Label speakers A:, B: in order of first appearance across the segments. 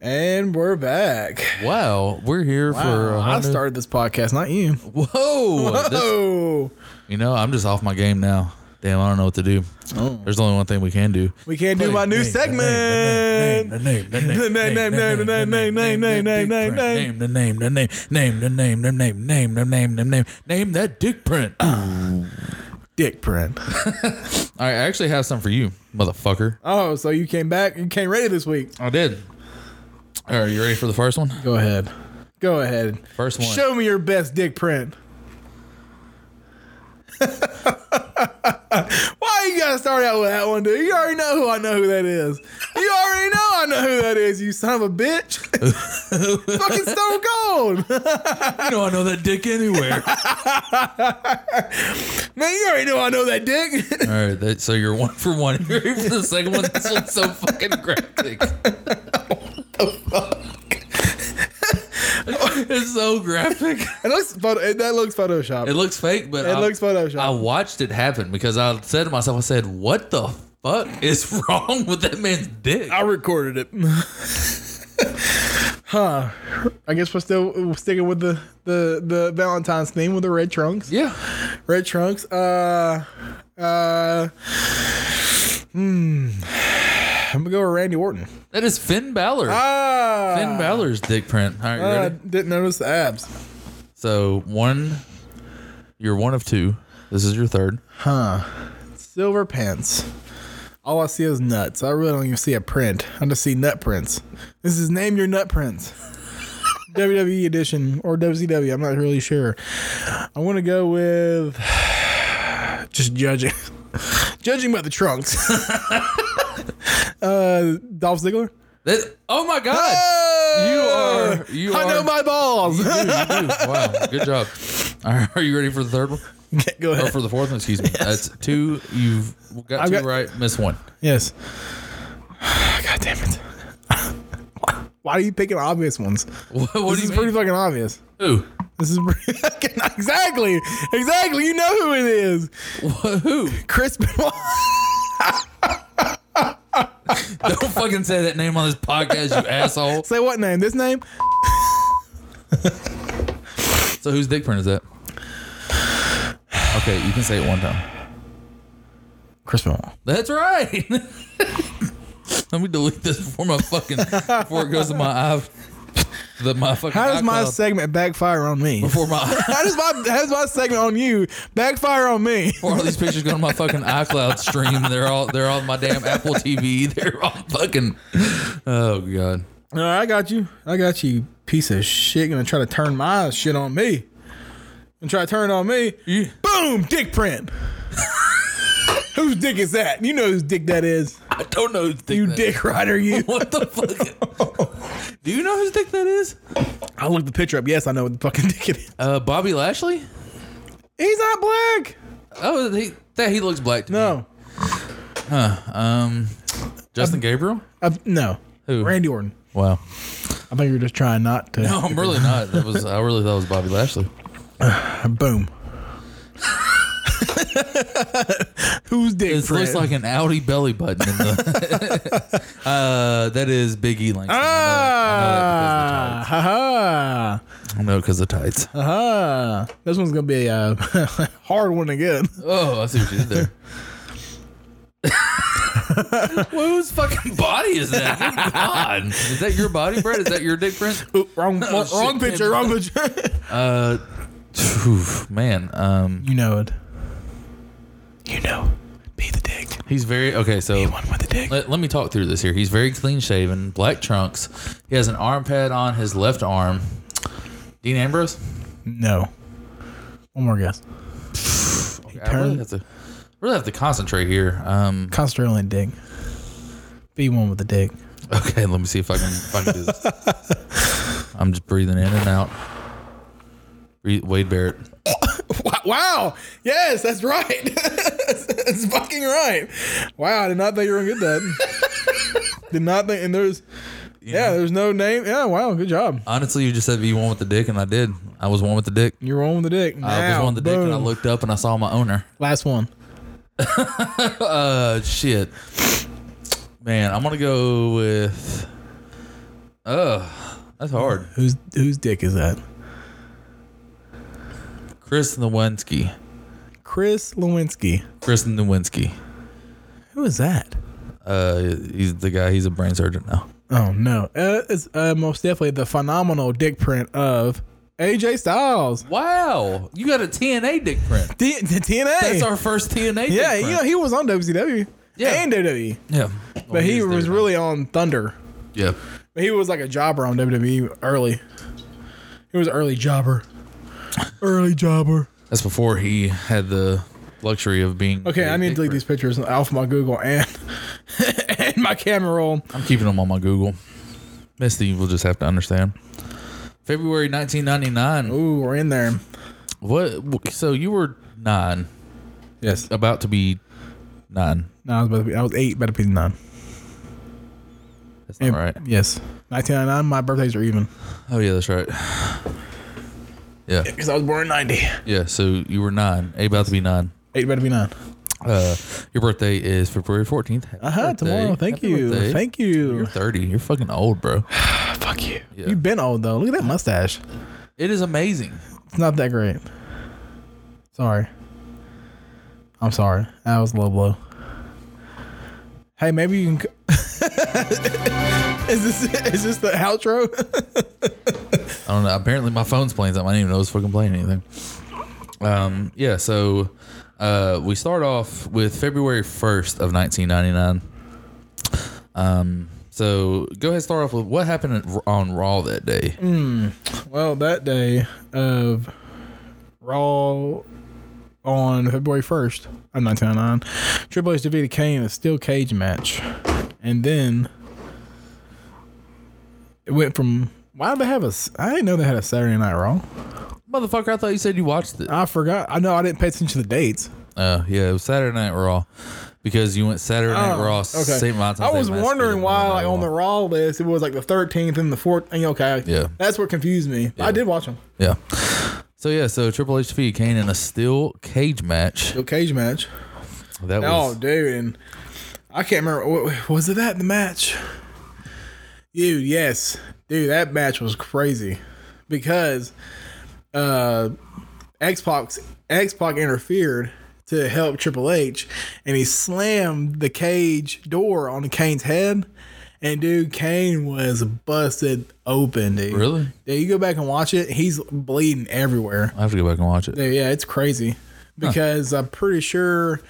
A: And we're back.
B: Wow, we're here for.
A: Wow, I
B: 100
A: started this podcast, not you.
B: Whoa, This-
A: Whoa.
B: you know I'm just off my game now. Damn, I don't know what to do. There's only one thing we can do.
A: We can't Oh. do my new segment.
B: The name, the
A: The name, name, name, the name, name, name, name, name, name, name.
B: name, the name, the name, name, the name, the name, name, the name, the name, name that dick print. All
A: Dick print.
B: right, I actually have some for you, motherfucker.
A: Oh, so you came back. You came ready this week.
B: I did. All right, you ready for the first one?
A: Go ahead. Go ahead.
B: First one.
A: Show me your best dick print. Why you gotta start out with that one, dude? You already know who I know who that is. You already know I know who that is. You son of a bitch. Fucking Stone Cold.
B: You know I know that dick anywhere.
A: Man, you already know I know that dick.
B: All right, that, so you're one for one. You're ready for the second one. This one's so fucking graphic. it's so graphic.
A: it looks photo. It, that looks Photoshop.
B: It looks fake, but
A: It looks Photoshop.
B: I watched it happen because I said to myself, I said, "What the fuck is wrong with that man's dick?"
A: I recorded it. huh. I guess we're still we're sticking with the, the, the Valentine's theme with the red trunks.
B: yeah,
A: Red trunks. Uh, uh, hmm. I'm gonna go with Randy Orton.
B: that is Finn Balor.
A: Ah,
B: Finn Balor's dick print. All right, you
A: I
B: ready?
A: didn't notice the abs.
B: So one, you're one of two. This is your third.
A: Silver pants. All I see is nuts. I really don't even see a print. I just see nut prints. This is name your nut prints. WWE edition or WCW. I'm not really sure. I want to go with just judging, judging by the trunks. uh, Dolph Ziggler.
B: That, oh my god. are- you
A: I know
B: are-
A: my balls.
B: Dude, wow, good job. All right, are you ready for the third one?
A: Go
B: Or
A: ahead.
B: for the fourth one? Excuse me. That's two. You've got
A: I've
B: two
A: got-
B: right. Miss one.
A: Yes. God damn it. Why are you picking obvious ones?
B: What, what
A: This
B: do
A: is
B: you
A: pretty
B: mean?
A: fucking obvious.
B: Who?
A: This is pretty fucking exactly, exactly. You know who it is,
B: Wha- Who?
A: Chris Benoit.
B: Don't fucking say that name on this podcast, you asshole.
A: Say what name? This name?
B: So whose dick print is that? Okay, you can say it one time.
A: Chris Benoit.
B: That's right. Let me delete this before my fucking before it goes to my eye. The my fucking
A: How does my
B: iCloud-
A: segment backfire on me?
B: before my
A: How does my how does my segment on you backfire on me?
B: Before all these pictures go to my fucking iCloud stream, they're all they're on my damn Apple TV. They're all fucking. Oh god.
A: All right, I got you. I got you, piece of shit. Gonna try to turn my shit on me. And try to turn it on me.
B: Yeah.
A: Boom, dick print. whose dick is that? You know whose dick that is.
B: I don't know whose dick.
A: You
B: that-
A: dick rider, you.
B: What the fuck? Do you know whose dick that is?
A: I looked the picture up. Yes, I know what the fucking dick it is.
B: Uh, Bobby Lashley.
A: He's not black.
B: Oh, he that he looks black. To
A: No,
B: Me. Um, Justin Gabriel.
A: I, Uh, no.
B: Who?
A: Randy Orton.
B: Wow.
A: I think you're just trying not to.
B: No, I'm really not. That was I really thought it was Bobby Lashley.
A: Boom. whose dick
B: It looks
A: print?
B: like an Audi belly button. In the uh, that is Big E Langston.
A: ah,
B: I
A: ha ha.
B: know because of tights. I know it 'cause of tights.
A: Uh-huh. This one's gonna be a uh, hard one again.
B: Oh, I see what you did there. well, whose fucking body is that? Good God. Is that your body, Brett? Is that your dick print?
A: wrong,
B: Oh,
A: wrong
B: shit.
A: picture. Wrong picture.
B: Uh, phew, man. Um,
A: you know it. You know. Be the dick.
B: he's very okay. So
A: One with the dick.
B: let, let me talk through this here. He's very clean shaven, black trunks. He has an arm pad on his left arm. Dean Ambrose.
A: No. One more guess.
B: I really have to really have to concentrate here. Um,
A: Concentrate on the dick. Be one with the dick.
B: okay, let me see if I can, if I can do this. I'm just breathing in and out. Breathe- Wade Barrett.
A: Wow. Yes, that's right. that's fucking right. Wow, I did not think you were gonna get that. did not think. And there's, yeah, there's no name. Yeah. Wow. Good job.
B: Honestly, you just said be one with the dick, and I did. I was one with the dick.
A: You're one with the dick.
B: I was
A: Now,
B: one with the dick, and I
A: boom.
B: looked up and I saw my owner.
A: Last one.
B: Uh, shit. Man, I'm gonna go with. Ugh, that's hard.
A: Whose whose dick is that?
B: Chris Nowinski.
A: Chris Lewinsky.
B: Chris Nowinski.
A: Who is that?
B: Uh, he's the guy. He's a brain surgeon now.
A: Oh no, uh, it's uh, most definitely the phenomenal dick print of AJ Styles.
B: Wow, you got a TNA dick print.
A: D- the TNA.
B: That's our first TNA.
A: yeah, you
B: dick print.
A: know he was on WCW.
B: Yeah.
A: and WWE,
B: yeah.
A: but he was
B: E.
A: really on Thunder.
B: yeah.
A: But he was like a jobber on WWE early. He was an early jobber. Early jobber.
B: That's before he had the luxury of being.
A: Okay,
B: a
A: I need to
B: dick
A: delete
B: print.
A: these pictures off my Google and and my camera roll.
B: I'm keeping them on my Google. Misty, you will just have to understand. February 1999.
A: Ooh, we're in there.
B: What? So you were nine,
A: Yes.
B: about to be nine.
A: No, I was about to be. I was eight, about to be nine.
B: That's not right.
A: Yes. 1999. My birthdays are even
B: Oh yeah, that's right. Yeah,
A: because I was born in 90.
B: yeah. So you were nine, about to be nine.
A: Eight, about to be nine.
B: Uh, your birthday is February 14th. Happy
A: Uh huh.
B: birthday.
A: Tomorrow. Thank
B: Happy
A: you.
B: birthday.
A: Thank
B: You're
A: you.
B: 30. You're fucking old, bro.
A: ah, Fuck you.
B: Yeah.
A: You've been old though. Look at that mustache.
B: It is amazing.
A: It's not that great. Sorry. I'm sorry. That was a low blow. Hey, maybe you can. c- is this is this the outro?
B: I don't know. Apparently, my phone's playing something. I didn't even know it was fucking playing anything. Um, yeah. So, uh, we start off with February 1st of 1999. Um, so go ahead, start off with what happened at- on Raw that day.
A: well, that day of Raw on February first of 1999, Triple H defeated Kane in a steel cage match, and then it went from. Why did they have a? s- I didn't know they had a Saturday Night Raw.
B: Motherfucker, I thought you said you watched it.
A: I forgot. I know I didn't pay attention to the dates.
B: Oh, yeah, it was Saturday Night Raw because you went Saturday Night Raw. St. Martin's,
A: Oh, I was
B: St. Matt's,
A: wondering
B: St.
A: why,
B: Martin's,
A: like on the Raw list, it was like the 13th and the 4th. and, Okay,
B: Yeah.
A: that's what confused me. I did watch them.
B: yeah. So yeah, so Triple H defeated Kane in a steel cage match.
A: The cage match.
B: That
A: Oh,
B: was
A: dude, and I can't remember. wa- Was it that the match? Dude, yes, dude, that match was crazy because uh, X Pac X Pac interfered to help Triple H, and he slammed the cage door on Kane's head. And dude, Kane was busted open, dude.
B: really.
A: Yeah, you go back and watch it. He's bleeding everywhere.
B: I have to go back and watch it.
A: Yeah, yeah, it's crazy because I'm pretty sure.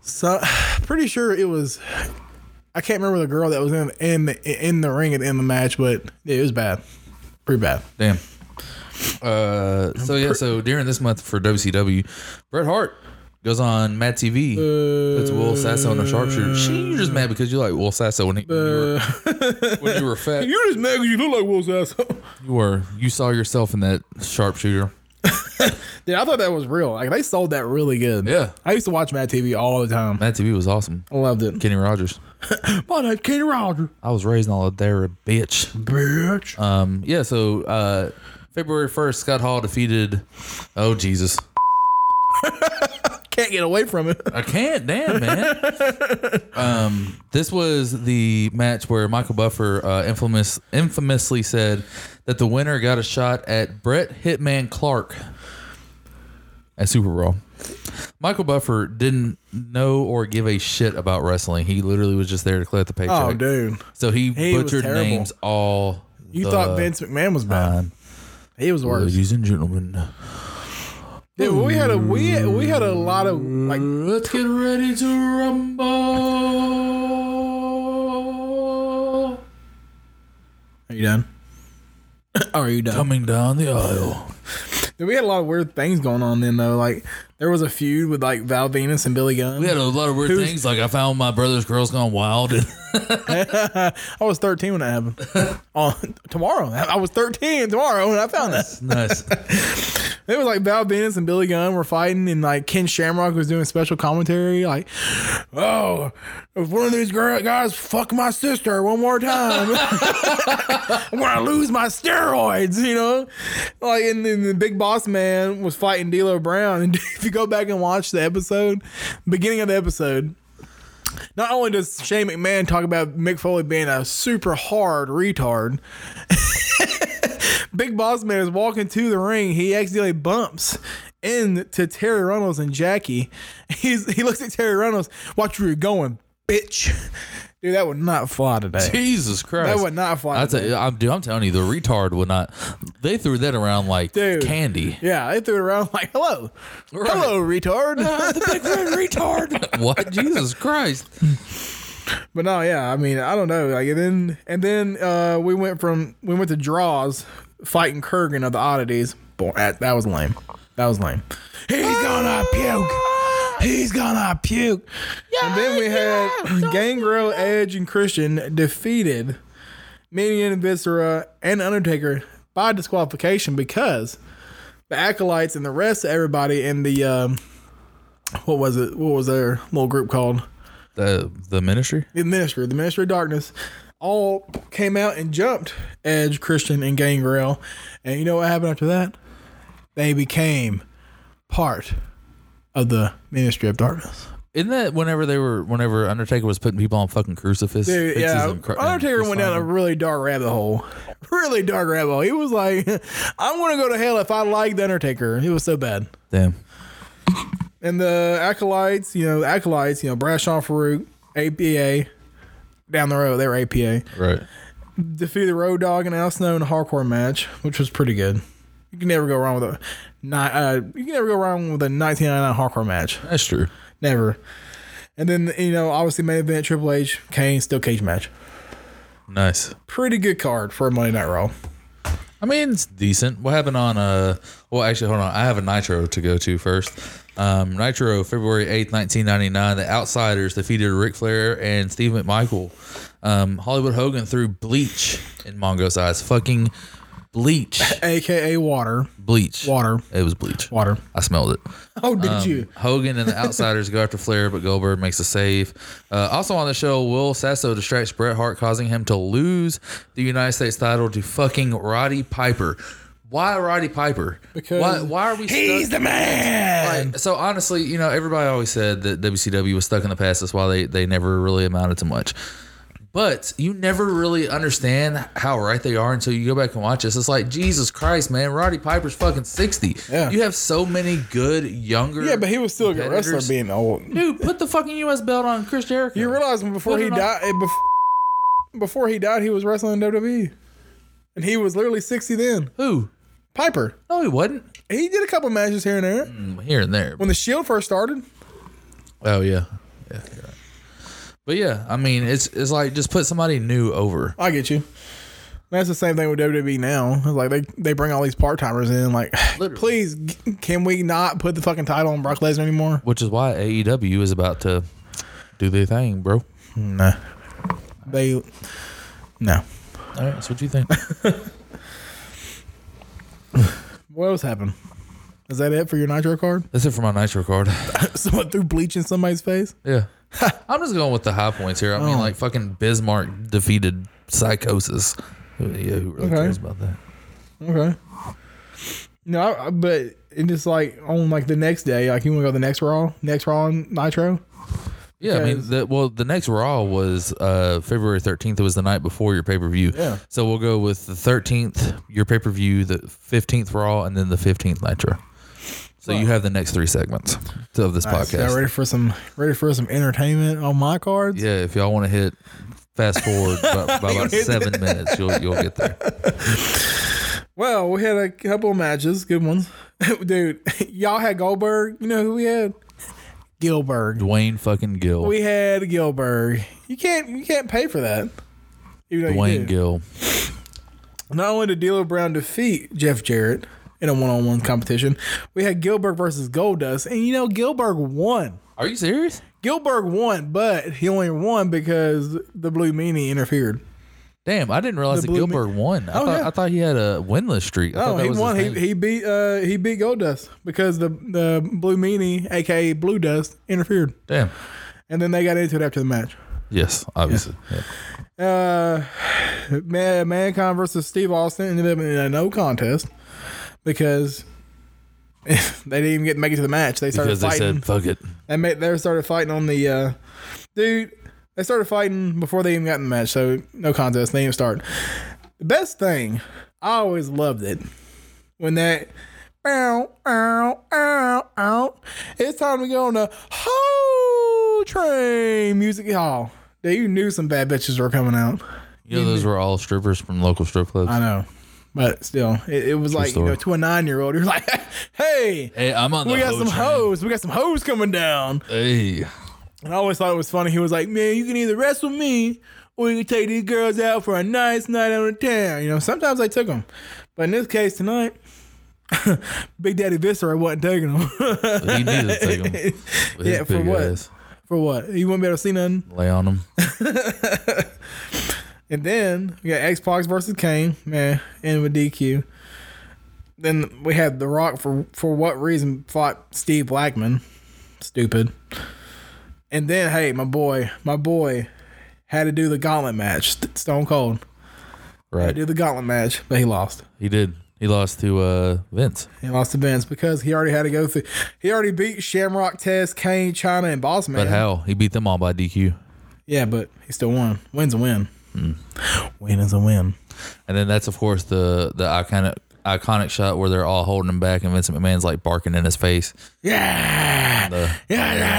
A: So, pretty sure it was. I can't remember the girl that was in in in the ring at the end of the match, but yeah, it was bad, pretty bad.
B: Damn. Uh, so yeah, so during this month for WCW, Bret Hart goes on Mad TV. It's Will Sasso and a sharpshooter. She, you just mad because you like Will Sasso when, he, when, you, were, when you were fat.
A: You're just mad 'cause you look like Will's asshole.
B: You were. You saw yourself in that sharpshooter.
A: Yeah, I thought that was real. Like they sold that really good.
B: Yeah.
A: I used to watch Mad TV all the time.
B: Mad TV was awesome.
A: I loved it.
B: Kenny Rogers.
A: My name's Kenny Roger,
B: I was raised all of there, bitch.
A: bitch.
B: Um, yeah, so uh, February 1st, Scott Hall defeated. Oh, Jesus.
A: Can't get away from it.
B: I can't, damn, man. um, this was the match where Michael Buffer uh, infamous, infamously said that the winner got a shot at Brett Hitman Clark at Super Bowl. Michael Buffer didn't know or give a shit about wrestling. He literally was just there to collect the paycheck.
A: Oh, dude,
B: So he,
A: He was
B: butchered
A: terrible.
B: names all.
A: you
B: the
A: thought Vince McMahon was bad?
B: time.
A: he was worse.
B: Ladies and gentlemen,
A: Dude, we had a we we had a lot of like
B: Let's get ready to rumble.
A: Are you done? Are you done?
B: Coming down the aisle.
A: Dude, we had a lot of weird things going on then though. Like there was a feud with like Val Venus and Billy Gunn.
B: We had a lot of weird
A: Who's-
B: things. Like I found my brother's girls gone wild. And
A: I was thirteen when that happened. on tomorrow, I I was thirteen tomorrow when I found that.
B: nice.
A: It was like Val Venus and Billy Gunn were fighting, and like Ken Shamrock was doing special commentary. Like, oh, if one of these girl guys fuck my sister one more time, I'm gonna lose my steroids. You know, like, and then the Big Boss Man was fighting D'Lo Brown. And if you go back and watch the episode, beginning of the episode, Not only does Shane McMahon talk about Mick Foley being a super hard retard, Big Boss Man is walking to the ring. He accidentally bumps into Terry Runnels and Jackie. He's, he looks at Terry Runnels, watch where you're going, bitch. Dude, that would not fly today.
B: Jesus Christ.
A: That would not fly
B: I tell you, I'm, dude, I'm telling you, the retard would not. They threw that around like
A: Dude.
B: candy.
A: Yeah, they threw it around like, hello. Hello, retard.
B: the big red retard. what? Jesus Christ.
A: but no, yeah, I mean, I don't know. Like and then and then uh we went from we went to draws fighting Kurgan of the oddities. Boy, that, that was lame. That was lame. He's gonna puke. He's gonna puke. and then we had Gangrel, Edge, and Christian defeated Minion, Viscera, and Undertaker by disqualification because the acolytes and the rest of everybody in the um, what was it? What was their little group called?
B: The the ministry?
A: the minister, the minister of darkness, all came out and jumped Edge, Christian, and Gangrel. And you know what happened after that? They became part of the ministry of darkness.
B: Isn't that whenever they were, whenever Undertaker was putting people on fucking crucifix?
A: Dude,
B: fixes
A: yeah,
B: and cru- and
A: Undertaker went down a
B: crucifying
A: really dark rabbit hole. Really dark rabbit hole. He was like, I'm going to go to hell if I like The Undertaker. It was so bad.
B: them.
A: And the acolytes, you know, the acolytes, you know, Brashaw Farouk, APA, down the road, they were APA.
B: Damn. Right.
A: defeated Road Dog and Al Snow in a hardcore match, which was pretty good. You can never go wrong with a not uh, you can never go wrong with a 1999 hardcore match.
B: That's true.
A: Never. And then you know, obviously main event Triple H, Kane, still cage match.
B: Nice.
A: Pretty good card for a Monday Night Raw.
B: I mean, it's decent. What happened on uh? Well, actually, hold on. I have a Nitro to go to first. Um, Nitro, February eighth, nineteen ninety nine. The Outsiders defeated Ric Flair and Steve McMichael. Um, Hollywood Hogan threw bleach in Mongo's eyes. Fucking bleach,
A: AKA water.
B: bleach.
A: Water.
B: It was bleach.
A: Water.
B: I smelled it.
A: Oh, did you?
B: Hogan and the Outsiders go after Flair, but Goldberg makes a save. Uh, also on the show, Will Sasso distracts Bret Hart, causing him to lose the United States title to fucking Roddy Piper. Why Roddy Piper?
A: Because
B: why, why are we
A: He's
B: stuck?
A: the man.
B: Like, so honestly, you know, everybody always said that WCW was stuck in the past. That's why they they never really amounted to much. But you never really understand how right they are until you go back and watch this. It's like Jesus Christ, man! Roddy Piper's fucking sixty.
A: Yeah.
B: You have so many good younger.
A: yeah, but he was still a good wrestler
B: competitors.
A: being old.
B: Dude, put the fucking U.S. belt on Chris Jericho.
A: You realize when before he
B: Put it on-
A: died, before, before he died, he was wrestling in WWE, and he was literally 60 then.
B: Who?
A: Piper.
B: No, he wasn't.
A: He did a couple matches here and there.
B: Here and there.
A: When the Shield first started,
B: Oh yeah, yeah. You're right. But yeah, I mean, it's it's like just put somebody new over.
A: I get you. That's the same thing with WWE now. It's Like they, they bring all these part timers in. Like,
B: Literally.
A: please, g- can we not put the fucking title on Brock Lesnar anymore?
B: Which is why AEW is about to do their thing, bro.
A: No. They, no.
B: All right, that's what you think.
A: What else happened? Is that it for your Nitro card?
B: That's it for my Nitro card.
A: Someone threw bleach in somebody's face.
B: Yeah. I'm just going with the high points here. I mean, like fucking Bismarck defeated psychosis. Who- Yeah, who really
A: Okay.
B: cares about that?
A: Okay. No, I, I- but it's just like on like the next day, like you want to go to the next Raw, next Raw on Nitro.
B: Yeah, I mean,
A: Because-
B: the, well, the next Raw was uh, February 13th. It was the night before your pay per view.
A: Yeah.
B: So we'll go with the 13th, your pay per view, the 15th Raw, and then the 15th Nitro. So you have the next three segments of this
A: Yeah,
B: podcast.
A: ready for some ready for some entertainment on my cards.
B: Yeah, if y'all want to hit fast forward by, by about seven minutes, you'll you'll get there.
A: Well, we had a couple of matches, good ones, dude. Y'all had Goldberg. You know who we had? Gilbert.
B: Dwayne fucking Gill.
A: We had Gilbert. You can't you can't pay for that. Even though you
B: Dwayne
A: did.
B: Gill.
A: Not only did D'Lo Brown defeat Jeff Jarrett in a one on one competition, we had Gilbert versus Goldust, and you know Gilbert won.
B: Are you serious?
A: Gilbert won, but he only won because the Blue Meanie interferred.
B: Damn, I didn't realize
A: The
B: that
A: Blue
B: Gilbert won. I,
A: Oh,
B: thought,
A: yeah.
B: I thought he had a winless streak. I thought
A: No,
B: that
A: he
B: was his
A: won. He,
B: thing.
A: he beat uh he beat Goldust because the the Blue Meanie, aka Blue Dust, interfered,
B: Damn.
A: and then they got into it after the match.
B: Yes, obviously. Yeah.
A: Uh, Man- Mankind versus Steve Austin ended up in a no contest because they didn't even get make it to the match. They started
B: because they
A: fighting.
B: said fuck it.
A: They made they started fighting on the uh, dude. They started fighting before they even got in the match, so no contest. They didn't even start. The best thing, I always loved it when that. Ow, ow, ow, ow. It's time to go on the whole train music hall. Dude, you knew some bad bitches were coming out.
B: You know, those were all strippers from local strip clubs.
A: Mm-hmm. I know, but still, it, it was like you know,
B: story.
A: to a nine year old, you're like, hey,
B: Hey, I'm on
A: we
B: the
A: got
B: hoe
A: some
B: train.
A: hoes, we got some hoes coming down.
B: Hey,
A: And I always thought it was funny. He was like, man, you can either wrestle me or you can take these girls out for a nice night out of town. You know, sometimes I took them. But in this case tonight, Big Daddy Viscera wasn't taking them.
B: but he needed to take 'em with his
A: Yeah, for
B: big
A: what?
B: ass.
A: for what? You wouldn't be able to see nothing?
B: Lay on him.
A: And then we got Xbox versus Kane, man, and with DQ. Then we had The Rock for for what reason fought Steve Blackman, stupid. And then hey, my boy, my boy, had to do the gauntlet match, St- Stone Cold. Had to
B: Right.
A: do the gauntlet match, but he lost.
B: He did. He lost to uh, Vince.
A: He lost to Vince because he already had to go through. He already beat Shamrock, Tess, Kane, China, and Boss Man.
B: But how? He beat them all by DQ.
A: Yeah, but he still won. Win's a win.
B: Hmm.
A: Win is a win.
B: And then that's of course the the iconic iconic shot where they're all holding him back and Vincent McMahon's like barking in his face.
A: Yeah.
B: The-
A: Yeah, yeah, yeah,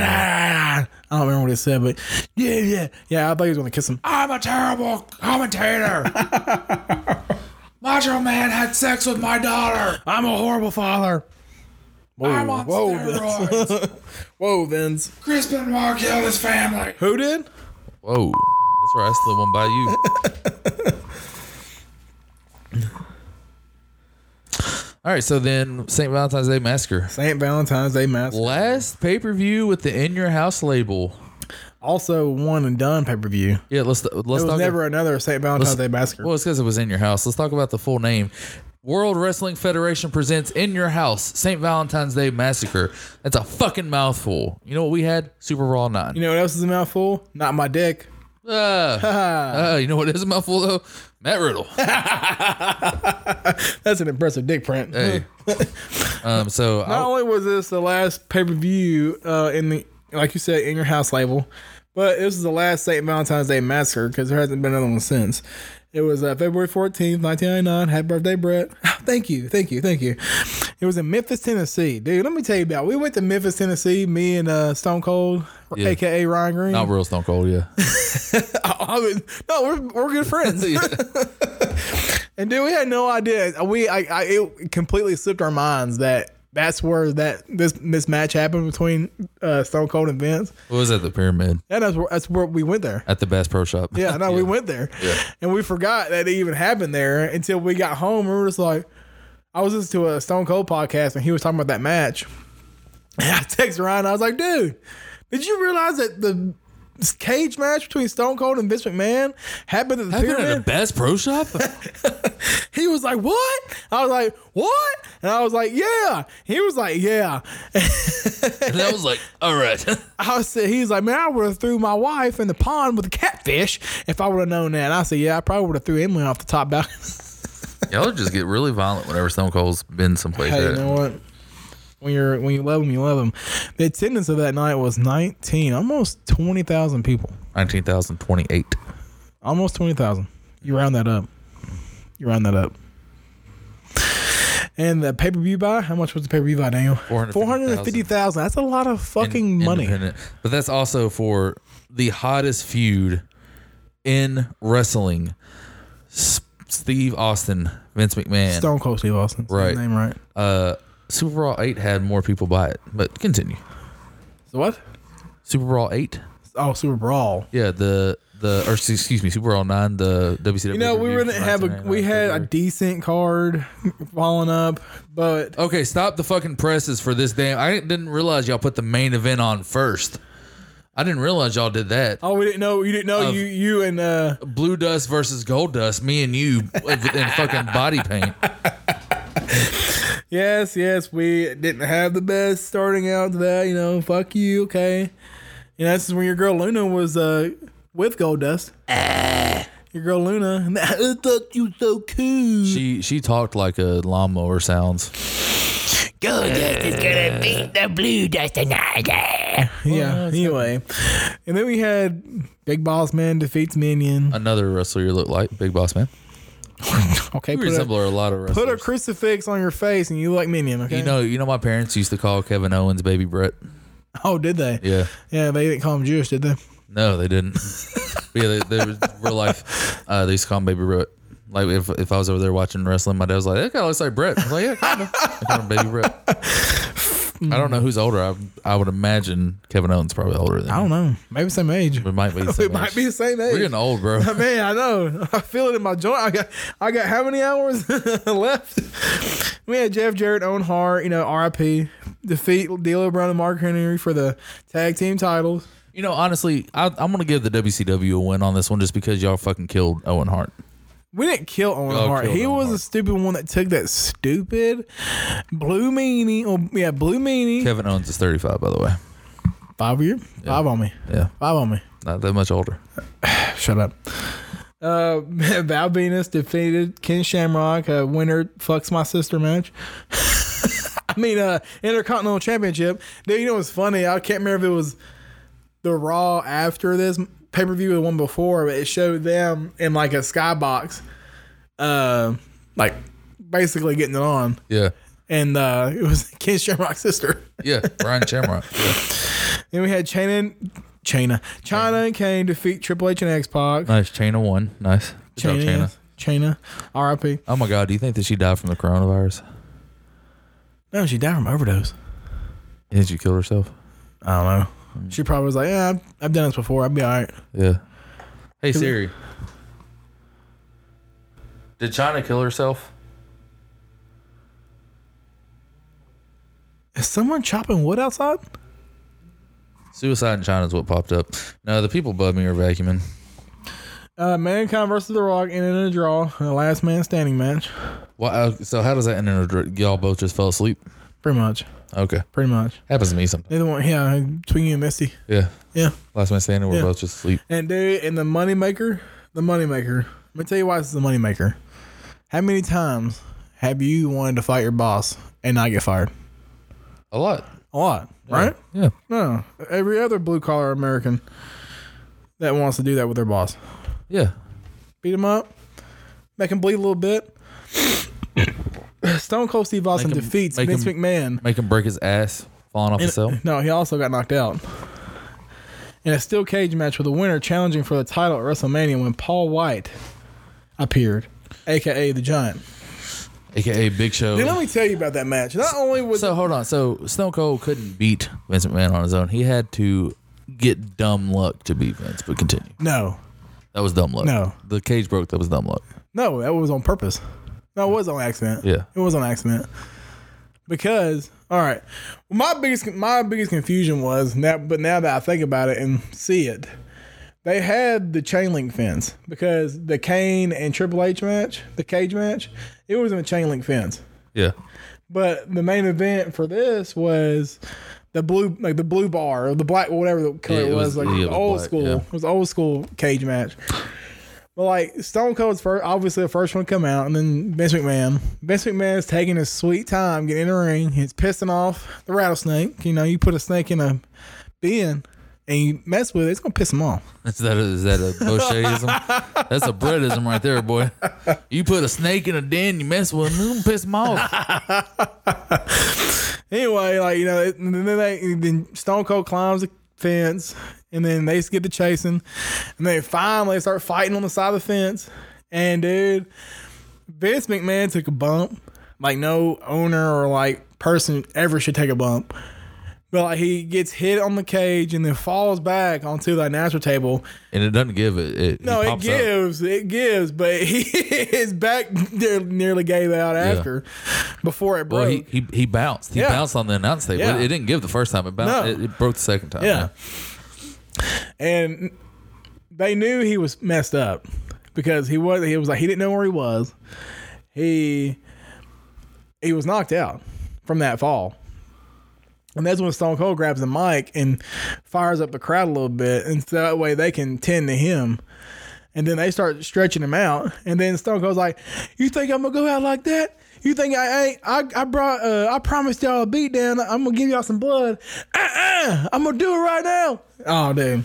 A: yeah. I don't remember what he said, but yeah, yeah, yeah. I thought he was gonna kiss him.
B: I'm a terrible commentator. Macho Man had sex with my daughter.
A: I'm a horrible father. Whoa, whoa, Vince. whoa, Vince.
B: Crispin Moore killed his family.
A: Who did?
B: Whoa. That's right. I slid one by you. All right. So then St. Valentine's Day Massacre.
A: Saint Valentine's Day Mass.
B: Last pay per view with the In Your House label.
A: Also, one and done pay per view.
B: Yeah, let's
A: There
B: let's
A: was
B: talk.
A: never another Saint Valentine's Day massacre.
B: well, it's because it was in your house. Let's talk about the full name. World Wrestling Federation presents In Your House St. Valentine's Day Massacre. That's a fucking mouthful. You know what we had? Super Raw Nine.
A: You know what else is a mouthful? Not my dick.
B: Uh, uh, you know what is a mouthful though? Matt Riddle.
A: That's an impressive dick print.
B: Hey. um. So I,
A: Not only was this the last pay per view uh, in the, like you said, in your house label, but this is the last St. Valentine's Day massacre because there hasn't been another one since. It was uh, February 14th, 1999. Happy birthday, Brett. Oh, thank you. Thank you. Thank you. It was in Memphis, Tennessee. Dude, let me tell you about it. We went to Memphis, Tennessee, me and uh, Stone Cold,
B: Yeah.
A: aka Ryan Green. Oh,
B: not real Stone Cold. Yeah.
A: I was- no, we're, we're good friends.
B: Yeah.
A: And dude, we had no idea. We I, I it completely slipped our minds that that's where that this this match happened between uh, Stone Cold and Vince.
B: what was at the pyramid
A: And that's where that's where we went there.
B: at the Bass Pro Shop?
A: Yeah, no, we went there, and we forgot that it even happened there until we got home. And we were just like, I was listening to a Stone Cold podcast, and he was talking about that match. And I texted Ryan. I was like, dude, did you realize that the cage match between Stone Cold and Vince McMahon happened at the
B: Happened
A: pyramid?
B: at the Bass Pro Shop.
A: He was like, "What?" I was like, "What?" And I was like, "Yeah." He was like, "Yeah."
B: and I was like, all right.
A: I said, "He's like, man, I would have threw my wife in the pond with a catfish if I would have known that." And I said, "Yeah, I probably would have threw Emily off the top balcony."
B: Y'all just get really violent whenever Stone Cold's been someplace.
A: hey,
B: that.
A: you know what? When you're when you love them, you love them. The attendance of that night was nineteen, almost twenty thousand people.
B: 19,028.
A: Almost twenty thousand. You round that up. You round that up. And the pay per view buy? How much was the pay per view buy, Daniel?
B: 450,000.
A: 450,000. That's a lot of fucking money.
B: Independent. But that's also for the hottest feud in wrestling. S- Steve Austin, Vince McMahon.
A: Stone Cold Steve Austin. Right.
B: Right.
A: Name right.
B: Uh, Super Bowl 8 had more people buy it. But continue.
A: So what?
B: Super Bowl 8?
A: Oh, Super Brawl.
B: Yeah, the the or excuse me, Super Bowl 9, the WCW.
A: You know, we
B: review
A: really
B: from
A: have a
B: 1999
A: we had a
B: February.
A: decent card falling up, but
B: Okay, stop the fucking presses for this damn. I didn't realize y'all put the main event on first. I didn't realize y'all did that.
A: oh, we didn't know you didn't know you you and uh
B: Blue dust versus gold dust. Me and you in fucking body paint.
A: yes yes we didn't have the best starting out to that you know fuck you okay, you know this is when your girl Luna was uh with Gold Dust. Your girl Luna, and that, I thought you so cool.
B: She she talked like a lawnmower sounds.
C: Goldust is gonna beat the Blue Dust tonight.
A: yeah. Anyway, and then we had Big Boss Man defeats Minion.
B: Another wrestler you look like, Big Boss Man.
A: Okay,
B: You
A: put a,
B: resemble a lot of wrestlers.
A: put a crucifix on your face and you look like Minion. Okay.
B: you know, you know, my parents used to call Kevin Owens Baby Brett.
A: oh, did they?
B: Yeah,
A: Yeah, they didn't call him Jewish, did they?
B: no, they didn't. But yeah, they, they were real life. Uh, they used to call him Baby Brett. Like if, if I was over there watching wrestling, my dad was like, "That guy looks like Brett." I was like, "Yeah, kind of." I called him Baby Brett. I don't know who's older. I, I would imagine Kevin Owens probably older than.
A: I don't know. Maybe same age.
B: We might be. the
A: We
B: same
A: might
B: age.
A: be the same
B: We're
A: age.
B: getting old, bro.
A: Man, I know. I feel it in my joint. I got, I got how many hours left? We had Jeff Jarrett, Owen Hart, you know, RIP, defeat D'Lo Brown and Mark Henry for the tag team titles.
B: You know, honestly, I, I'm gonna give the WCW a win on this one just because y'all fucking killed Owen Hart.
A: We didn't kill Owen
B: Oh,
A: Hart.
B: killed
A: He
B: Owen
A: was
B: Hart.
A: a stupid one that took that stupid blue meanie. Or yeah, blue meanie.
B: Kevin Owens is 35, by the way.
A: Five year, five on me,
B: Yeah,
A: five on me.
B: not that much older.
A: Shut up. Uh, Val Venus defeated Ken Shamrock, uh, winner fucks my sister match. I mean, uh, Intercontinental Championship. Dude, you know what's funny? I can't remember if it was the Raw after this pay per view, the one before, but it showed them in like a skybox, uh, like basically getting it on.
B: Yeah,
A: And uh, it was Ken Shamrock's sister.
B: yeah. Brian Shamrock. Yeah.
A: Then we had China and China. China and Kane defeat Triple H and X Pac.
B: Nice. Chana won. Nice. Good job,
A: China.
B: Chana.
A: China. RIP.
B: Oh my God, do you think that she died from the coronavirus?
A: No, she died from overdose.
B: You think she killed herself?
A: I don't know. She probably was like, yeah, I've, I've done this before. I'll be all right.
B: Yeah. Hey Siri. Did China kill herself?
A: Is someone chopping wood outside?
B: Suicide in China is what popped up. No, the people above me are vacuuming.
A: Uh, Mankind versus The Rock ended in a draw in a last man standing match.
B: Why, uh, so how does that end? in a dr- Y'all both just fell asleep.
A: Pretty much.
B: Okay,
A: Pretty much.
B: happens to me sometimes.
A: Neither one, yeah, between you and Misty.
B: Yeah.
A: Yeah.
B: Last man standing, we're
A: Yeah.
B: both just asleep.
A: And dude, and the moneymaker, the moneymaker. Let me tell you why this is the moneymaker. How many times have you wanted to fight your boss and not get fired?
B: A lot.
A: A lot, right?
B: Yeah.
A: No, every other blue collar American that wants to do that with their boss.
B: Yeah.
A: beat him up, make him bleed a little bit. Stone Cold Steve Austin
B: Make him-
A: defeats
B: make
A: Vince
B: him-
A: McMahon.
B: Make him break his ass falling off a cell.
A: No, he also got knocked out. In a steel cage match with the winner challenging for the title at WrestleMania when Paul White appeared, aka the Giant.
B: AKA Big Show.
A: Dude, let me tell you about that match. Not only was
B: So hold on. So Stone Cold couldn't beat Vince McMahon on his own. He had to get dumb luck to beat Vince. But continue.
A: no,
B: That was dumb luck.
A: No.
B: The cage broke. That was dumb luck.
A: no, that was on purpose. No, it was on accident.
B: Yeah.
A: it was on accident. Because all right, my biggest my biggest confusion was now, but now that I think about it and see it, they had the chain link fence because the Kane and Triple H match, the cage match, it was in a chain link fence.
B: Yeah.
A: But the main event for this was the blue, like the blue bar or the black, whatever the color
B: Yeah,
A: it
B: it
A: was,
B: was-
A: like
B: yeah, it was
A: old
B: black,
A: school.
B: yeah.
A: It was old school cage match. But like Stone Cold's first, obviously the first one come out, and then Vince McMahon. Vince McMahon is taking his sweet time getting in the ring. He's pissing off the rattlesnake. You know, you put a snake in a bin and you mess with it, it's gonna piss him off.
B: Is that a, is that a Bosheism? That's a Bretism right there, boy. You put a snake in a den, you mess with him, you gonna piss him off.
A: Anyway, like you know, it, and then they then Stone Cold climbs the fence, and then they get to chasing, and then finally they start fighting on the side of the fence. And dude, Vince McMahon took a bump, like no owner or like person ever should take a bump. But like he gets hit on the cage and then falls back onto the announcer table.
B: And it doesn't give it. it
A: No,
B: it
A: it
B: pops up.
A: gives, it gives, but he, his back there nearly gave out after, before it broke.
B: Well, he, he he bounced. He
A: Yeah.
B: bounced on the announce table.
A: Yeah.
B: It, it didn't give the first time. It bounced.
A: No.
B: It, it broke the second time.
A: Yeah. And they knew he was messed up because he was he was like he didn't know where he was. He he was knocked out from that fall. And that's when Stone Cold grabs the mic and fires up the crowd a little bit, and so that way they can tend to him. And then they start stretching him out. And then Stone Cold's like, "You think I'm gonna go out like that? You think I ain't? I I brought uh, I promised y'all a beat down. I'm gonna give y'all some blood. Uh-uh, I'm gonna do it right now. Oh, dude,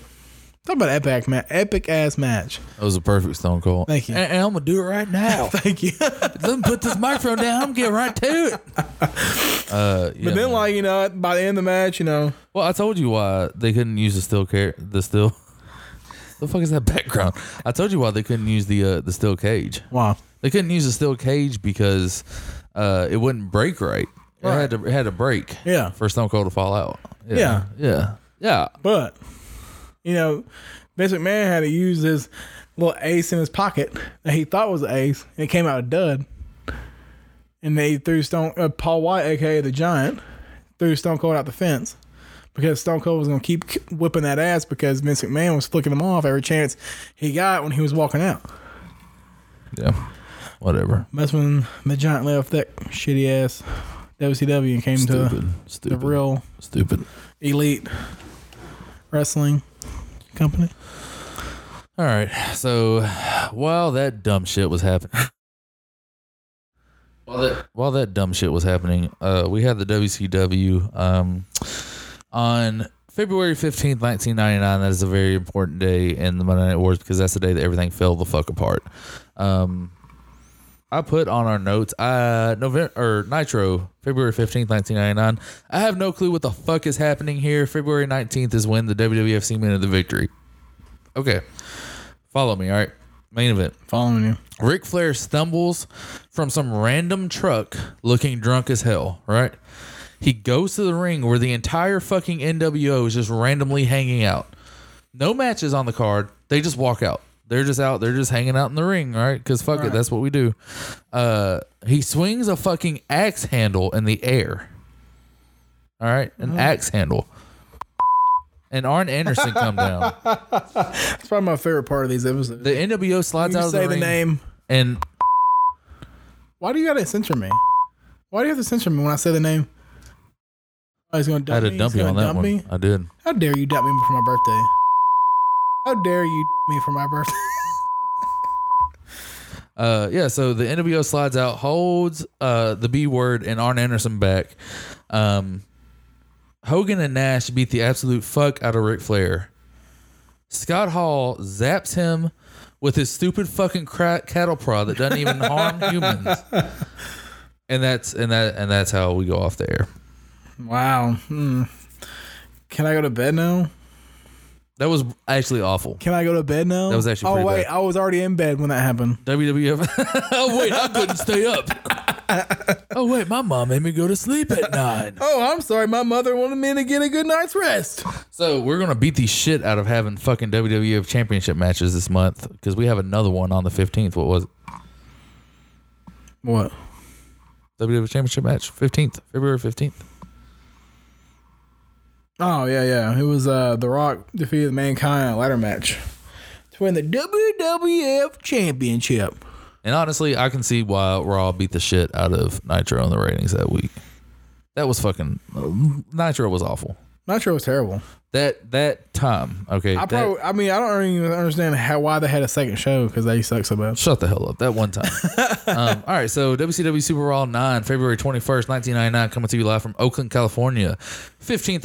A: talk about epic ma- epic ass match.
B: That was a perfect Stone Cold.
A: Thank you.
B: And, and I'm gonna do it right now.
A: Thank you.
B: Let me put this microphone down. I'm getting right to it. Uh, yeah,
A: But then,
B: man.
A: like you know, by the end of the match, you know,
B: well, I told you why they couldn't use the steel car- the steel. the fuck is that background? I told you why they couldn't use the uh, the steel cage.
A: wow,
B: They couldn't use a steel cage because uh, it wouldn't break right. It had to it had to break.
A: Yeah.
B: For Stone Cold to fall out.
A: Yeah.
B: Yeah. Yeah.
A: But you know, Vince McMahon had to use his little ace in his pocket that he thought was an ace, and it came out a dud. And they threw Stone uh, Paul White, aka the Giant, threw Stone Cold out the fence because Stone Cold was gonna keep whipping that ass because Vince McMahon was flicking him off every chance he got when he was walking out.
B: Yeah. Whatever.
A: That's when the Giant left that shitty ass WCW and came to
B: Stupid.
A: the
B: Stupid.
A: real
B: Stupid.
A: elite wrestling company.
B: All right. So while that dumb shit was happening, while that while that dumb shit was happening, uh, we had the WCW um, on February fifteenth, nineteen ninety nine. That is a very important day in the Monday Night Wars because that's the day that everything fell the fuck apart. Um, I put on our notes, uh, November or Nitro, February fifteenth, nineteen ninety nine. I have no clue what the fuck is happening here. February nineteenth is when the WWF cemented the victory. Okay. Follow me, all right? Main event.
A: Following you.
B: Ric Flair stumbles from some random truck looking drunk as hell, right? He goes to the ring where the entire fucking NWO is just randomly hanging out. No matches on the card. They just walk out. They're just out. They're just hanging out in the ring, right? Because fuck it. That's what we do. Uh, he swings a fucking axe handle in the air. All right. An
A: Mm-hmm.
B: axe handle. And Arn Anderson come down.
A: That's probably my favorite part of these episodes.
B: The NWO slides
A: you
B: out of the
A: say the,
B: ring.
A: name.
B: And
A: Why do you gotta censor me? Why do you have to censor me when I say the name? Oh, he's gonna dump
B: I had
A: me.
B: to dump
A: he's
B: you
A: gonna
B: on that
A: dump
B: one.
A: me.
B: I did.
A: How dare you dump me for my birthday? How dare you dump me for my birthday?
B: Uh, yeah, so the NWO slides out, holds uh, the B word and Arn Anderson back. Um, Hogan and Nash beat the absolute fuck out of Ric Flair. Scott Hall zaps him with his stupid fucking cra- cattle prod that doesn't even harm humans. And that's and that and that's how we go off the air.
A: wow. Hmm. Can I go to bed now?
B: That was actually awful.
A: Can I go to bed now?
B: That was actually
A: Oh
B: pretty
A: wait,
B: bad.
A: I was already in bed when that happened.
B: WWF. oh wait, I couldn't stay up. oh wait, my mom made me go to sleep at nine.
A: Oh, I'm sorry. My mother wanted me to get a good night's rest.
B: So we're gonna beat the shit out of having fucking WWF championship matches this month because we have another one on the fifteenth. What was it?
A: What?
B: WWF E championship match fifteenth February fifteenth.
A: Oh yeah, yeah. It was uh The Rock defeated Mankind in a ladder match to win the WWF Championship.
B: And honestly, I can see why Raw beat the shit out of Nitro in the ratings that week. That was fucking uh, Nitro was awful.
A: Nitro was terrible.
B: That that time, okay.
A: I
B: that-
A: probably, I mean, I don't even understand how why they had a second show because they suck so bad.
B: Shut the hell up. That one time. um, all right. So WCW Super Bowl 9, February 21st, 1999, coming to you live from Oakland, California.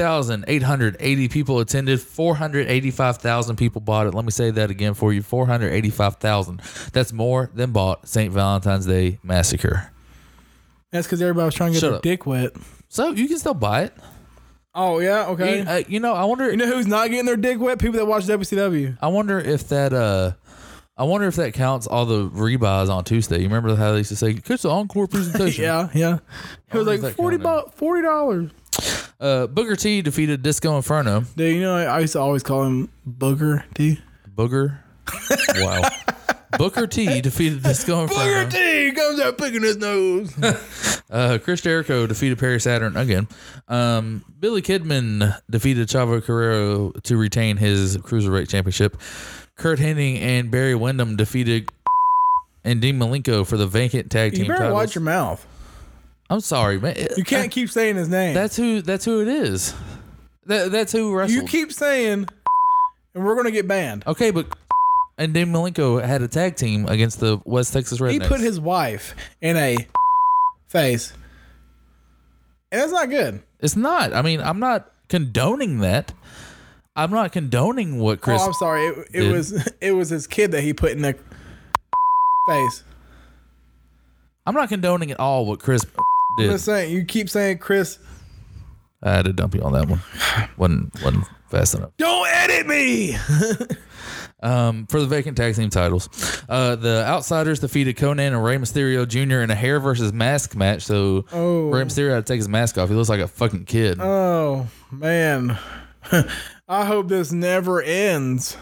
B: 15,880 people attended. 485,000 people bought it. Let me say that again for you 485,000. That's more than bought St. Valentine's Day Massacre.
A: That's because everybody was trying to get
B: Shut
A: their
B: up.
A: dick wet.
B: So you can still buy it.
A: Oh yeah, okay.
B: You, uh, you know, I wonder.
A: you know who's not getting their dick wet? People that watch WCW.
B: I wonder if that. uh I wonder if that counts all the rebuys on Tuesday. You remember how they used to say, "It's the encore presentation."
A: Yeah, yeah. It was
B: wonder if
A: like
B: that
A: forty
B: counted.
A: bu- forty dollars.
B: Uh, Booker T defeated Disco Inferno.
A: Dude, you know I, I used to always call him Booger T.
B: Booger. wow. Booker T defeated Disco Inferno.
A: T comes out picking his nose.
B: Uh, Chris Jericho defeated Perry Saturn again. Um, Billy Kidman defeated Chavo Guerrero to retain his Cruiserweight Championship. Kurt Hennig and Barry Windham defeated and Dean Malenko for the vacant tag
A: you
B: team
A: better
B: titles.
A: watch your mouth.
B: I'm sorry, man.
A: You can't keep saying his name.
B: That's who. That's who it is. That, that's who wrestled.
A: you keep saying, and we're gonna get banned.
B: okay, but and Dean Malenko had a tag team against the West Texas Rednecks.
A: He put his wife in a face, and that's not good. Oh,
B: it's not. I mean, I'm not condoning that. I'm not condoning what Chris.
A: oh, I'm sorry. It, it
B: did.
A: was it was his kid that he put in the face.
B: I'm not condoning at all what Chris
A: I'm
B: did.
A: just saying. You keep saying Chris.
B: I had to dump you on that one. wasn't wasn't fast enough.
A: Don't edit me.
B: Um, for the vacant tag team titles, uh, the Outsiders defeated Conan and Rey Mysterio Jr. in a hair versus mask match. So
A: Oh.
B: Rey Mysterio had to take his mask off. He looks like a fucking kid.
A: Oh man, I hope this never ends.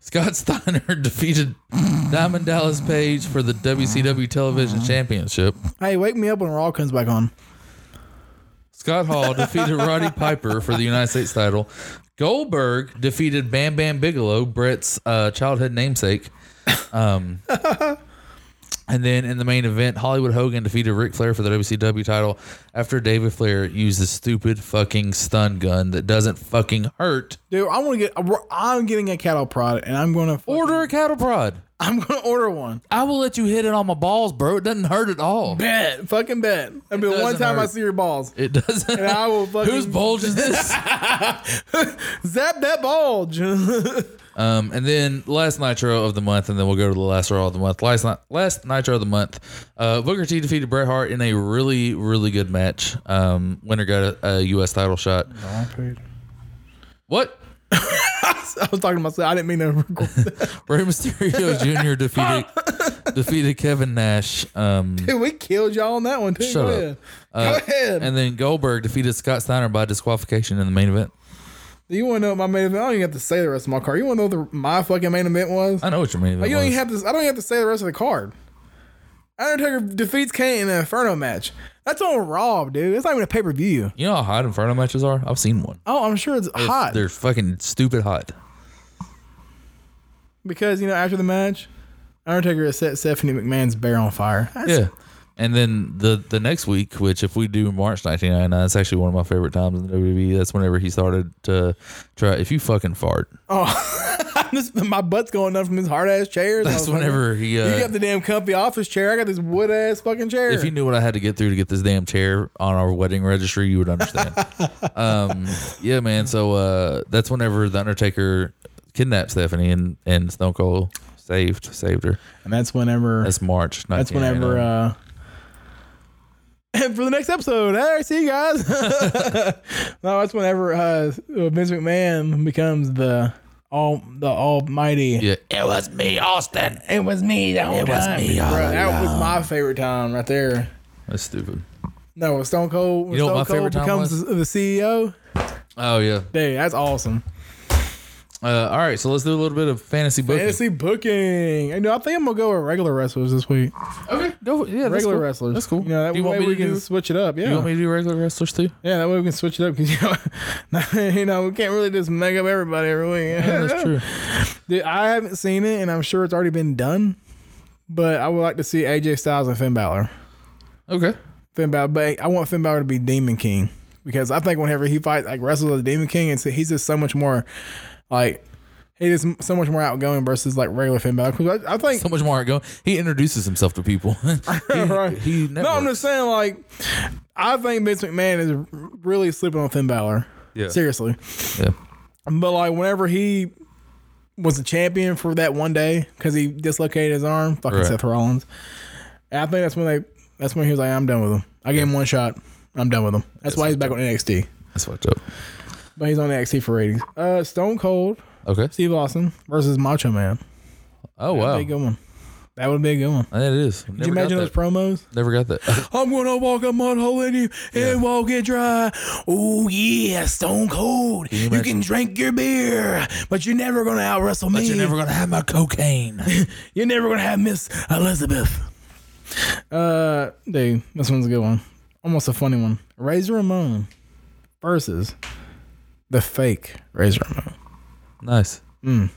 B: Scott Steiner defeated Diamond Dallas Page for the WCW Television
A: Oh.
B: Championship.
A: Hey, wake me up when Raw comes back on.
B: Scott Hall defeated Roddy Piper for the United States title. Goldberg defeated Bam Bam Bigelow, Brett's uh, childhood namesake. Um, and then in the main event, Hollywood Hogan defeated Ric Flair for the WCW title after David Flair used the stupid fucking stun gun that doesn't fucking hurt.
A: Dude, I want to get. I'm getting a cattle prod, and I'm gonna.
B: Order a cattle prod.
A: I'm gonna order one.
B: I will let you hit it on my balls, bro. It doesn't hurt at all.
A: Bet, fucking bet. That'll be the one
B: doesn't
A: time I
B: hurt.
A: see your balls.
B: It doesn't.
A: And I will fucking-
B: Whose bulge is this?
A: Zap that bulge.
B: Um, and then last Nitro of the month, and then we'll go to the last Raw of the month. Last night, last Nitro of the month, uh, Booker T defeated Bret Hart in a really, really good match. Um, winner got a, a U.S. title shot. What?
A: I was talking to myself. I didn't mean to.
B: Rey Mysterio Jr. defeated defeated Kevin Nash. Um,
A: Dude, we killed y'all on that one too.
B: Shut
A: Go
B: up.
A: ahead.
B: uh,
A: Go ahead.
B: And then Goldberg defeated Scott Steiner by disqualification in the main event.
A: you want to know what my main event? I don't even have to say the rest of my card. You want to know what the, my fucking main event was?
B: I know what your main
A: Like, Oh,
B: event
A: you don't
B: was.
A: even have to. I don't even have to say the rest of the card. Undertaker defeats Kane in an Inferno match. That's on Raw, dude. It's not even a pay per view.
B: you know how hot Inferno matches are? I've seen one.
A: Oh, I'm sure it's hot
B: They're fucking stupid hot.
A: because you know after the match, Undertaker has set Stephanie McMahon's bear on fire. That's-
B: Yeah. And then the the next week, which if we do March 1999, it's actually one of my favorite times in WWE. E. That's whenever he started to try. If you fucking fart,
A: Oh, I'm just, my butt's going up from these hard ass chairs.
B: that's whenever he.
A: You
B: Uh,
A: got the damn comfy office chair. I got this wood ass fucking chair.
B: if you knew what I had to get through to get this damn chair on our wedding registry, you would understand. um, yeah, man. So uh, that's whenever the Undertaker kidnapped Stephanie and and Stone Cold saved saved her.
A: and that's whenever.
B: That's March.
A: That's whenever.
B: 1999.
A: Uh, and for the next episode, hey, see you guys. no, that's whenever uh, Vince McMahon becomes the all the Almighty.
B: yeah.
C: It was me, Austin. It was me the whole it time. Was me,
A: Bro,
C: all
A: that was my favorite time right there.
B: That's stupid.
A: No, when Stone Cold. When
B: You know
A: Stone
B: what my
A: Cold
B: favorite time
A: becomes
B: was?
A: the CEO.
B: Oh yeah.
A: Dude, that's awesome.
B: Uh, all right. So let's do a little bit of fantasy booking.
A: Fantasy booking. You know, I think I'm gonna go with regular wrestlers this week.
B: Okay, go. Yeah, that's
A: regular
B: cool.
A: wrestlers.
B: That's cool.
A: You know, that
B: do you
A: way
B: want me
A: we
B: to
A: can
B: do?
A: switch it up. Yeah.
B: You want me to do regular wrestlers too?
A: yeah, that way we can switch it up because you know, you know, we can't really just make up everybody every week.
B: Yeah, that's true.
A: Dude, I haven't seen it, and I'm sure it's already been done. But I would like to see AJ Styles and Finn Balor.
B: Okay.
A: Finn Balor, but I want Finn Balor to be Demon King because I think whenever he fights, like wrestles with the Demon King, and he's just so much more, like, he is so much more outgoing versus like regular Finn Balor. 'Cause I, I think
B: So much more going. He introduces himself to people. he,
A: Right.
B: he
A: No, I'm
B: networks.
A: just saying, like, I think Vince McMahon is r- really sleeping on Finn Balor.
B: Yeah.
A: Seriously.
B: Yeah.
A: But, like, whenever he was a champion for that one day because he dislocated his arm, fucking
B: Right.
A: Seth Rollins. And I think that's when they, that's when he was like, I'm done with him. I gave him one shot. I'm done with him. That's why he's back on NXT.
B: That's fucked up.
A: But he's on NXT for ratings. Uh, Stone Cold,
B: Okay.
A: Steve Austin versus Macho Man.
B: Oh
A: That'd
B: wow.
A: be a good one. That would be a good one.
B: That is. Never
A: Did you imagine those
B: got that.
A: promos?
B: Never got that.
A: I'm gonna walk a mud hole in you and walk it dry. Oh yeah, Stone Cold. you,
B: imagine-
A: can drink your beer, but you're never gonna out wrestle me.
B: You're never gonna have my cocaine.
A: You're never gonna have Miss Elizabeth. Uh, dude, this one's a good one. Almost a funny one. Razor Ramon versus the fake Razor Ramon,
B: nice.
A: and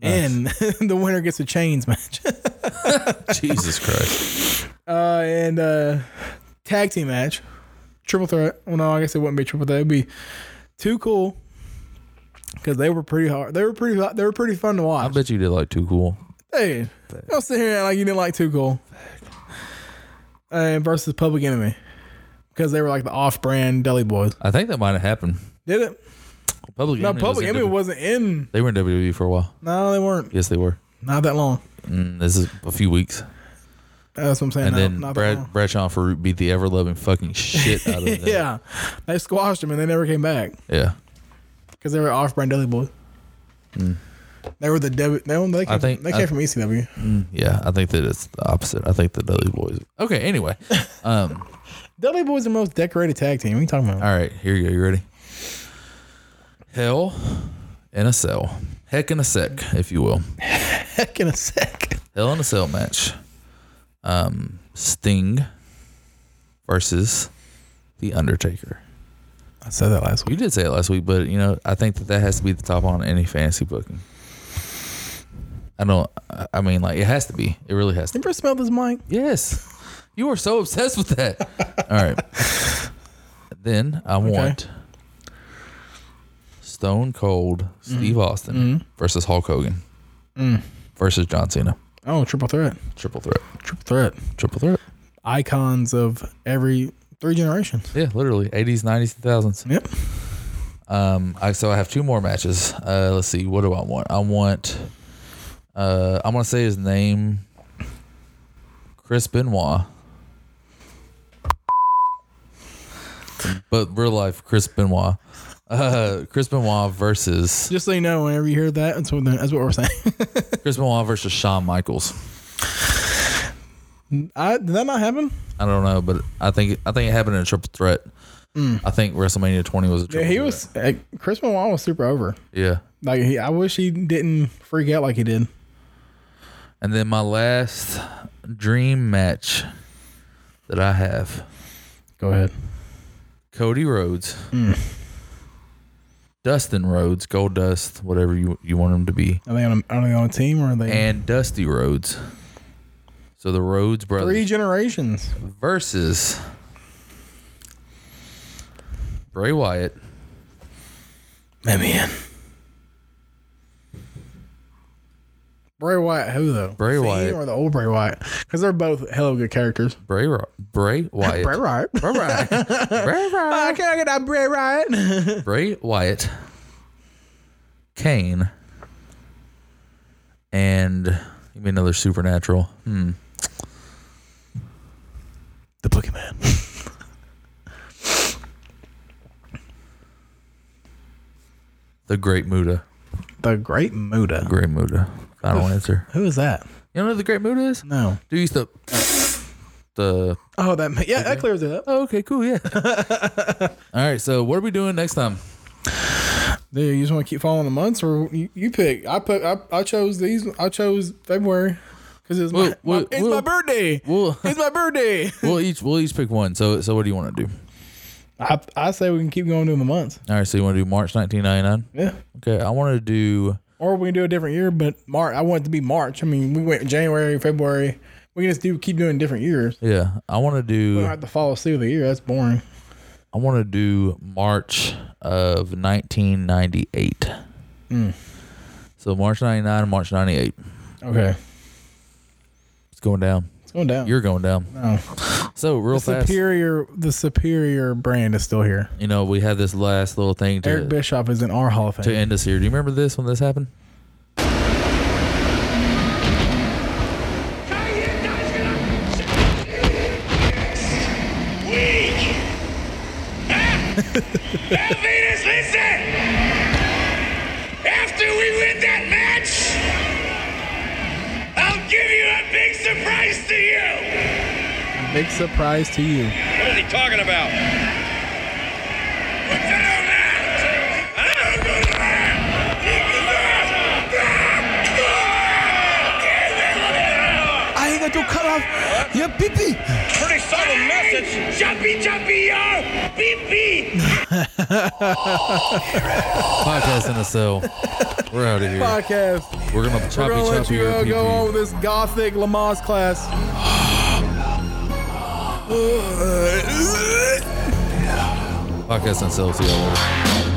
A: the winner gets a chains match.
B: Jesus Christ.
A: Uh, and uh, tag team match, triple threat. Well, no, I guess it wouldn't be triple threat. It'd be too cool because they were pretty hard. They were pretty. They were pretty fun to
B: I
A: watch.
B: bet you did like too cool.
A: Hey, don't sit here and act like you didn't like Too Cool. And versus Public Enemy, because they were like the off-brand Deli Boys.
B: I think that might have happened.
A: Did it?
B: Public
A: No,
B: Enemy
A: Public
B: was in
A: Enemy
B: W-
A: wasn't in.
B: They were in WWE for a while.
A: No, they weren't.
B: Yes, they were.
A: Not that long.
B: Mm, this is a few weeks,
A: That's what I'm saying.
B: and
A: no,
B: then
A: not that long.
B: Brad, Bradshaw and Farouk beat the ever loving fucking shit out of them.
A: Yeah, they squashed them and they never came back
B: yeah.
A: because they were off-brand Deli Boys. They were the W. They, were- they came,
B: Hmm. I think-
A: they came
B: I-
A: from E ECW.
B: Mm, Yeah, I think that it's the opposite. I think the Dudley Boys. Okay, anyway. Um,
A: Dudley Boys are the most decorated tag team. What are you talking about?
B: all right, here you go. You ready? Hell in a cell. Heck in a sec, if you will.
A: Heck in a sec.
B: Hell in a cell match. Um, Sting versus The Undertaker.
A: I said that last
B: You
A: week.
B: did say it last week, but you know, I think that that has to be the top on any fantasy booking. I don't. I- I mean, like it has to be. It really has to.
A: You ever smelled this mic?
B: Yes. You are so obsessed with that. All right. Then I want Stone Cold Steve Austin versus Hulk Hogan versus John Cena.
A: Mm-hmm. Mm. Oh, triple threat.
B: Triple threat.
A: Triple threat.
B: Triple threat.
A: Icons of every three generations.
B: Yeah, literally. 80s, 90s, 2000s.
A: Yep.
B: Um, I, so I have two more matches. Uh, let's see. What do I want? I want. Uh, I'm gonna say his name. Chris Benoit. But real life Chris Benoit. Uh, Chris Benoit versus
A: Just so you know, whenever you hear that, that's what, that's what we're saying.
B: Chris Benoit versus Shawn Michaels.
A: I, did that not happen?
B: I don't know, but I think I think it happened in a triple threat. I think WrestleMania 20 was a triple.
A: Hmm. Yeah, he
B: threat.
A: was. Uh, Chris Benoit was super over.
B: Yeah.
A: Like he, I wish he didn't freak out like he did.
B: And then my last dream match that I have
A: Go ahead.
B: Cody Rhodes,
A: Mm.
B: Dustin Rhodes, Gold Dust, whatever you you want him to be,
A: Are they on a, are they on a team or are they
B: and Dusty Rhodes. So the Rhodes brothers
A: three generations?
B: versus Bray Wyatt,
A: Let me in. Bray Wyatt, who though?
B: Bray
A: See,
B: Wyatt.
A: or the old Bray Wyatt? Because they're both hella good characters.
B: Bray Ro- Bray Wyatt,
A: Bray Wyatt.
B: Bray Wyatt, Bray Wyatt,
A: I can't get that Bray Wyatt.
B: Bray Wyatt, Kane, and give me another supernatural. Hmm.
A: The Boogeyman.
B: The Great Muda,
A: The Great Muda.
B: Great Muda. Final answer.
A: Who is that?
B: You know who the Great Muda is?
A: No.
B: Dude used to the
A: Oh, that. ma- Yeah, that clears it up.
B: oh, okay, cool, yeah. All right, so what are we doing next time?
A: Dude, you just want to keep following the months, or you, you pick? I put. I, I chose these. I chose February because it's my,
B: Well,
A: my-
B: well,
A: it's my
B: well.
A: birthday.
B: We'll
A: It's my birthday.
B: we'll each we'll each pick one. So so what do you want to do?
A: I I say we can keep going doing the months.
B: All right, so you want to do March 1999?
A: Yeah.
B: Okay, I want to do
A: Or we can do a different year, but March. I want it to be March. I mean, we went January, February. We can just do keep doing different years.
B: yeah, I want to
A: We
B: do
A: don't have to follow through the year. That's boring.
B: I want to do March of 1998. Hmm. So March 99 and March 98.
A: Okay,
B: It's going down.
A: it's going down.
B: You're going down.
A: No.
B: So real fast,
A: superior. The superior brand is still here.
B: you know, we had this last little thing to
A: Eric Bischoff is in our Hall of
B: to
A: Fame.
B: end us here. Do you remember this when this happened?
D: Weak. Huh? Venus, listen. After we win that match, I'll give you a big surprise to you.
A: Big surprise to you.
D: What is he talking about? What's that all about? I don't know that. Look at that. Ah!
A: I
D: Ah!
A: ain't got to cut off your pee
D: Pretty subtle message. Jumpy, jumpy, yo! Beep, beep!
B: Podcast in a cell. We're out of here.
A: Podcast.
B: We're gonna
A: We're
B: choppy
A: gonna let
B: choppy
A: you
B: your
A: uh, go on
B: pee-pee.
A: with this gothic Lamaze class. Uh,
B: Podcast in a cell. See y'all later.